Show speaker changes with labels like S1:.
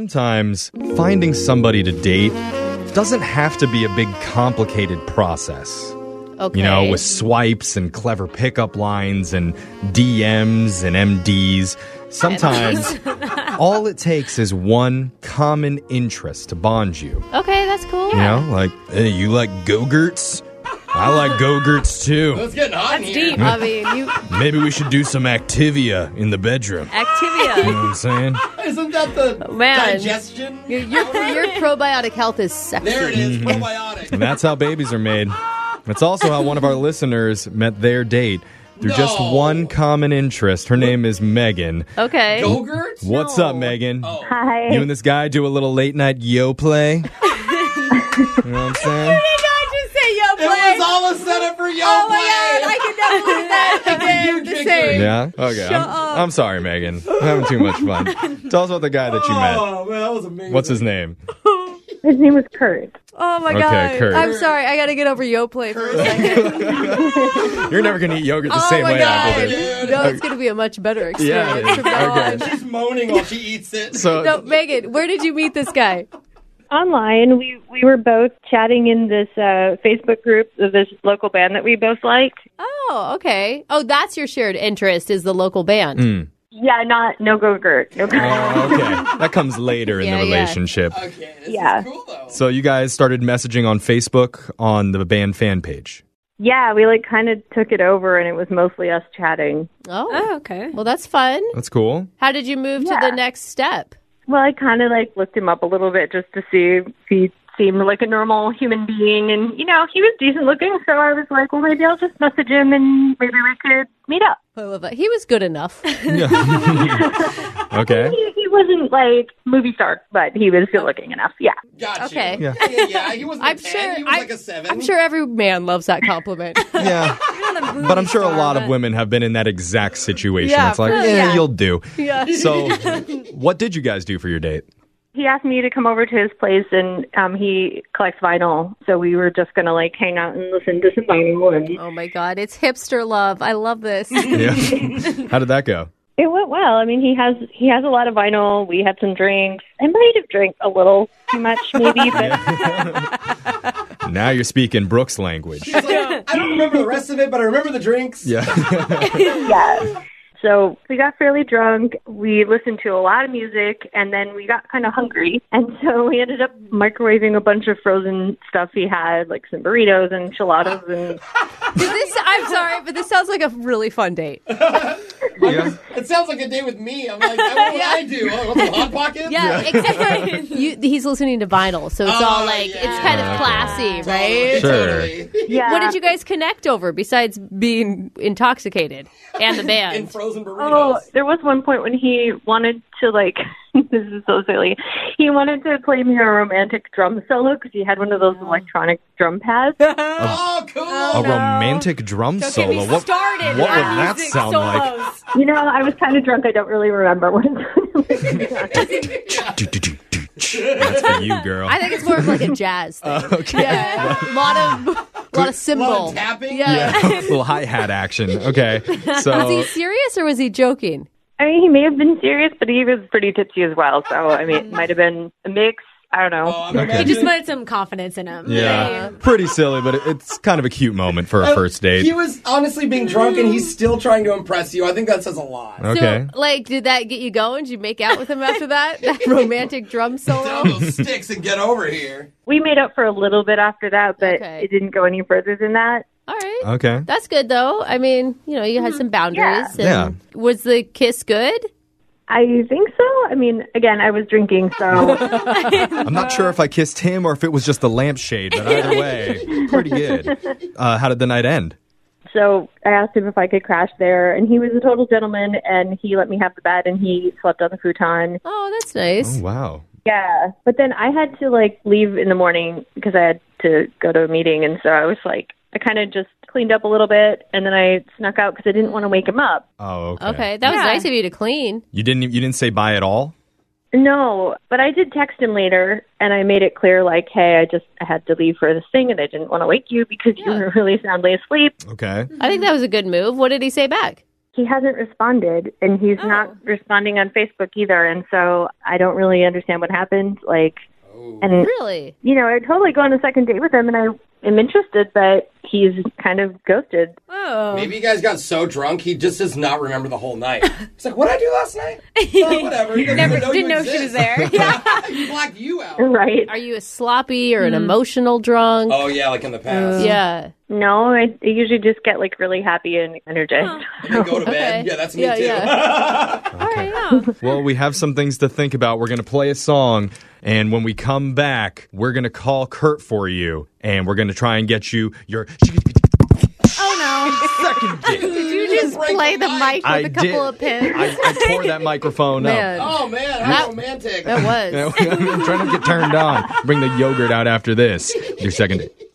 S1: Sometimes finding somebody to date doesn't have to be a big complicated process.
S2: Okay.
S1: You know, with swipes and clever pickup lines and DMs and MDs. Sometimes all it takes is one common interest to bond you.
S2: okay, that's cool.
S1: You know, like, hey, you like go-gurts? I like go-gurts too.
S2: That's deep. I mean, you
S1: Maybe we should do some Activia in the bedroom. You
S3: Activia.
S1: know what I'm saying?
S4: Isn't that the
S3: Man.
S4: digestion?
S2: your, your, your probiotic health is sexy.
S4: There it is,
S1: Mm-hmm.
S4: probiotic.
S1: And that's how babies are made. That's also how one of our listeners met their date through just
S4: No.
S1: one common interest. Her name is Megan.
S3: Okay.
S4: Yogurt?
S1: What's
S2: No.
S1: up, Megan?
S3: Oh.
S5: Hi.
S1: You and this guy do a little late night yo play. you know what I'm saying?
S3: I just say yo,
S4: It was all a setup for yo
S3: Oh my god, I can never do that again.
S4: Huge
S3: the
S4: victory.
S3: same.
S1: Yeah. Okay. I'm, I'm sorry, Megan. I'm having too much fun. Tell us about the guy that you met.
S4: Oh, man, that was amazing.
S1: What's his name?
S5: His name was Kurt.
S3: Oh my
S1: Okay,
S3: god.
S1: Kurt.
S3: I'm sorry, I gotta get over yo play for a second.
S1: You're never gonna eat yogurt the
S3: oh
S1: same
S3: my
S1: way
S3: god.
S1: I did. it.
S4: did.
S3: No, it's gonna be a much better
S1: Yeah.
S3: experience
S1: it is.
S3: from now on.
S1: Okay.
S4: She's moaning while she eats it.
S1: So
S3: No, Megan, where did you meet this guy?
S5: Online, we we were both chatting in this uh, Facebook group of this local band that we both liked.
S3: Oh, okay. Oh, that's your shared interest is the local band.
S1: Mm.
S5: Yeah, not no go Gert. No go.
S1: Oh, okay, that comes later in
S3: Yeah,
S1: the
S3: yeah.
S1: relationship.
S4: okay, this
S5: Yeah.
S4: is cool, though.
S1: So you guys started messaging on Facebook on the band fan page.
S5: yeah, we like kind of took it over, and it was mostly us chatting.
S2: Oh.
S3: okay. Well, that's fun.
S1: That's cool.
S3: How did you move to the next step?
S5: Well, I kind of like looked him up a little bit just to see if he seemed like a normal human being, and you know he was decent looking, so I was like, well, maybe I'll just message him, and maybe we could meet up.
S3: I love that. He was good enough.
S1: Okay.
S5: He, he wasn't like movie star, but he was good looking enough. Yeah.
S4: Gotcha.
S3: Okay.
S1: Yeah.
S4: Yeah. yeah, He wasn't a
S3: I'm
S4: 10,
S3: sure-
S4: he was
S3: I-
S4: like a 7.
S3: I'm sure every man loves that compliment.
S1: Yeah. But I'm sure a lot of women have been in that exact situation.
S3: Yeah,
S1: it's like,
S3: for-
S1: yeah,
S3: yeah.
S1: you'll do.
S3: yeah.
S1: So, what did you guys do for your date?
S5: he asked me to come over to his place and um he collects vinyl so we were just gonna like hang out and listen to some vinyl and
S3: Oh my god, it's hipster love. I love this.
S1: Yeah. How did that go?
S5: it went well i mean he has he has a lot of vinyl we had some drinks i might have drank a little too much maybe but
S1: Now you're speaking Brooks language.
S4: It's like, I don't remember the rest of it, but I remember the drinks.
S1: Yeah.
S5: yeah so we got fairly drunk we listened to a lot of music and then we got kind of hungry and so we ended up microwaving a bunch of frozen stuff he had like some burritos and enchiladas and
S3: this I'm sorry, but this sounds like a really fun date.
S1: yeah.
S4: It sounds like a day with me. I'm like, I what I do. Oh, what's the Hot Pockets?
S3: Yeah, except for you, he's listening to vinyl, so it's
S4: Oh,
S3: all like it's
S4: yeah.
S3: kind
S1: Okay.
S3: of classy,
S4: Totally,
S3: right?
S1: Sure.
S4: Oh, totally.
S5: yeah
S3: What did you guys connect over besides being intoxicated and the
S4: And
S3: band?
S4: frozen burritos.
S5: Oh, there was one point when he wanted to like. this is so silly. He wanted to play me a romantic drum solo because he had one of those electronic drum pads.
S4: Oh, cool.
S1: A romantic drum solo. what what would that sound like?
S5: you know, I was kind of drunk. I don't really remember what.
S1: That's for you, girl.
S3: I think it's more of like a jazz thing.
S1: Uh, okay.
S3: Yeah, a lot of lot of
S4: Lot of
S3: cymbal.
S4: Oh, tapping.
S3: Yeah.
S1: Yeah. little hi hat action. Okay.
S3: Was he
S1: So,
S3: serious or was he joking?
S5: I mean, he may have been serious, but he was pretty tipsy as well. So I mean, it might have been a mix. I don't know.
S4: Oh, I'm
S1: Okay.
S4: okay.
S1: You
S2: Just wanted some confidence in him.
S1: yeah. Pretty silly, but it, it's kind of a cute moment
S3: Oh,
S1: for a first
S4: He
S1: date.
S4: was honestly being drunk and he's still trying to impress you. I think that says a lot.
S1: Okay.
S3: So, like, did that get you going? Did you make out with him after that? That romantic drum
S4: Down
S3: solo?
S4: those sticks and get over here.
S5: We made up for a little bit after that, but
S3: Okay.
S5: it didn't go any further than that.
S3: All right.
S1: Okay.
S3: That's good, though. I mean, you know, you
S4: Mm,
S3: had some boundaries.
S1: Yeah.
S3: And Was the kiss good?
S5: I think so. I mean, again, I was drinking, so
S1: I'm not sure if I kissed him or if it was just the lampshade, but either way, pretty good. Uh, how did the night end?
S5: So I asked him if I could crash there, and he was a total gentleman, and he let me have the bed, and he slept on the futon.
S3: Oh, that's nice.
S1: Oh, wow.
S5: Yeah, but then I had to like leave in the morning because I had to go to a meeting, and so I was like, I kind of just cleaned up a little bit, and then I snuck out because I didn't want to wake him up.
S1: Oh, okay.
S3: Okay. That was
S2: Yeah.
S3: nice of you to clean.
S1: You didn't you didn't say bye at all?
S5: No, but I did text him later, and I made it clear like, hey, I just I had to leave for this thing, and I didn't want to wake you because you were really soundly asleep.
S1: Okay.
S3: I think that was a good move. What did he say back?
S5: he hasn't responded and he's
S3: Oh.
S5: not responding on Facebook either. And so I don't really understand what happened. Like, and
S3: Really?
S5: you know, I'd totally go on a second date with him and I am interested, but he's kind of ghosted.
S3: Oh.
S4: Maybe you guys got so drunk he just does not remember the whole night. It's like, what did I do last night? Oh, whatever. He doesn't
S6: Never
S4: even know
S6: didn't
S4: you
S6: know she was
S4: exist.
S6: there. Yeah.
S4: he blacked you out.
S5: Right.
S3: Are you a sloppy or an emotional drunk?
S4: Mm. Oh yeah, like in the past.
S3: Yeah.
S5: No, I, I usually just get like really happy and energized.
S4: You go to bed.
S3: Okay.
S4: Yeah, that's me
S3: Yeah,
S4: too.
S1: Well, we have some things to think about. We're going to play a song. And when we come back, we're going to call Kurt for you. And we're going to try and get you your. Oh, no. Second date.
S2: You just
S4: break
S2: play
S4: the
S2: the
S4: mic.
S2: mic with a couple of pins.
S1: I, I tore that microphone
S3: Man.
S1: up.
S4: Oh man, how
S3: That-
S4: romantic.
S3: That was.
S1: I'm trying to get turned on. Bring the yogurt out after this. Your second date.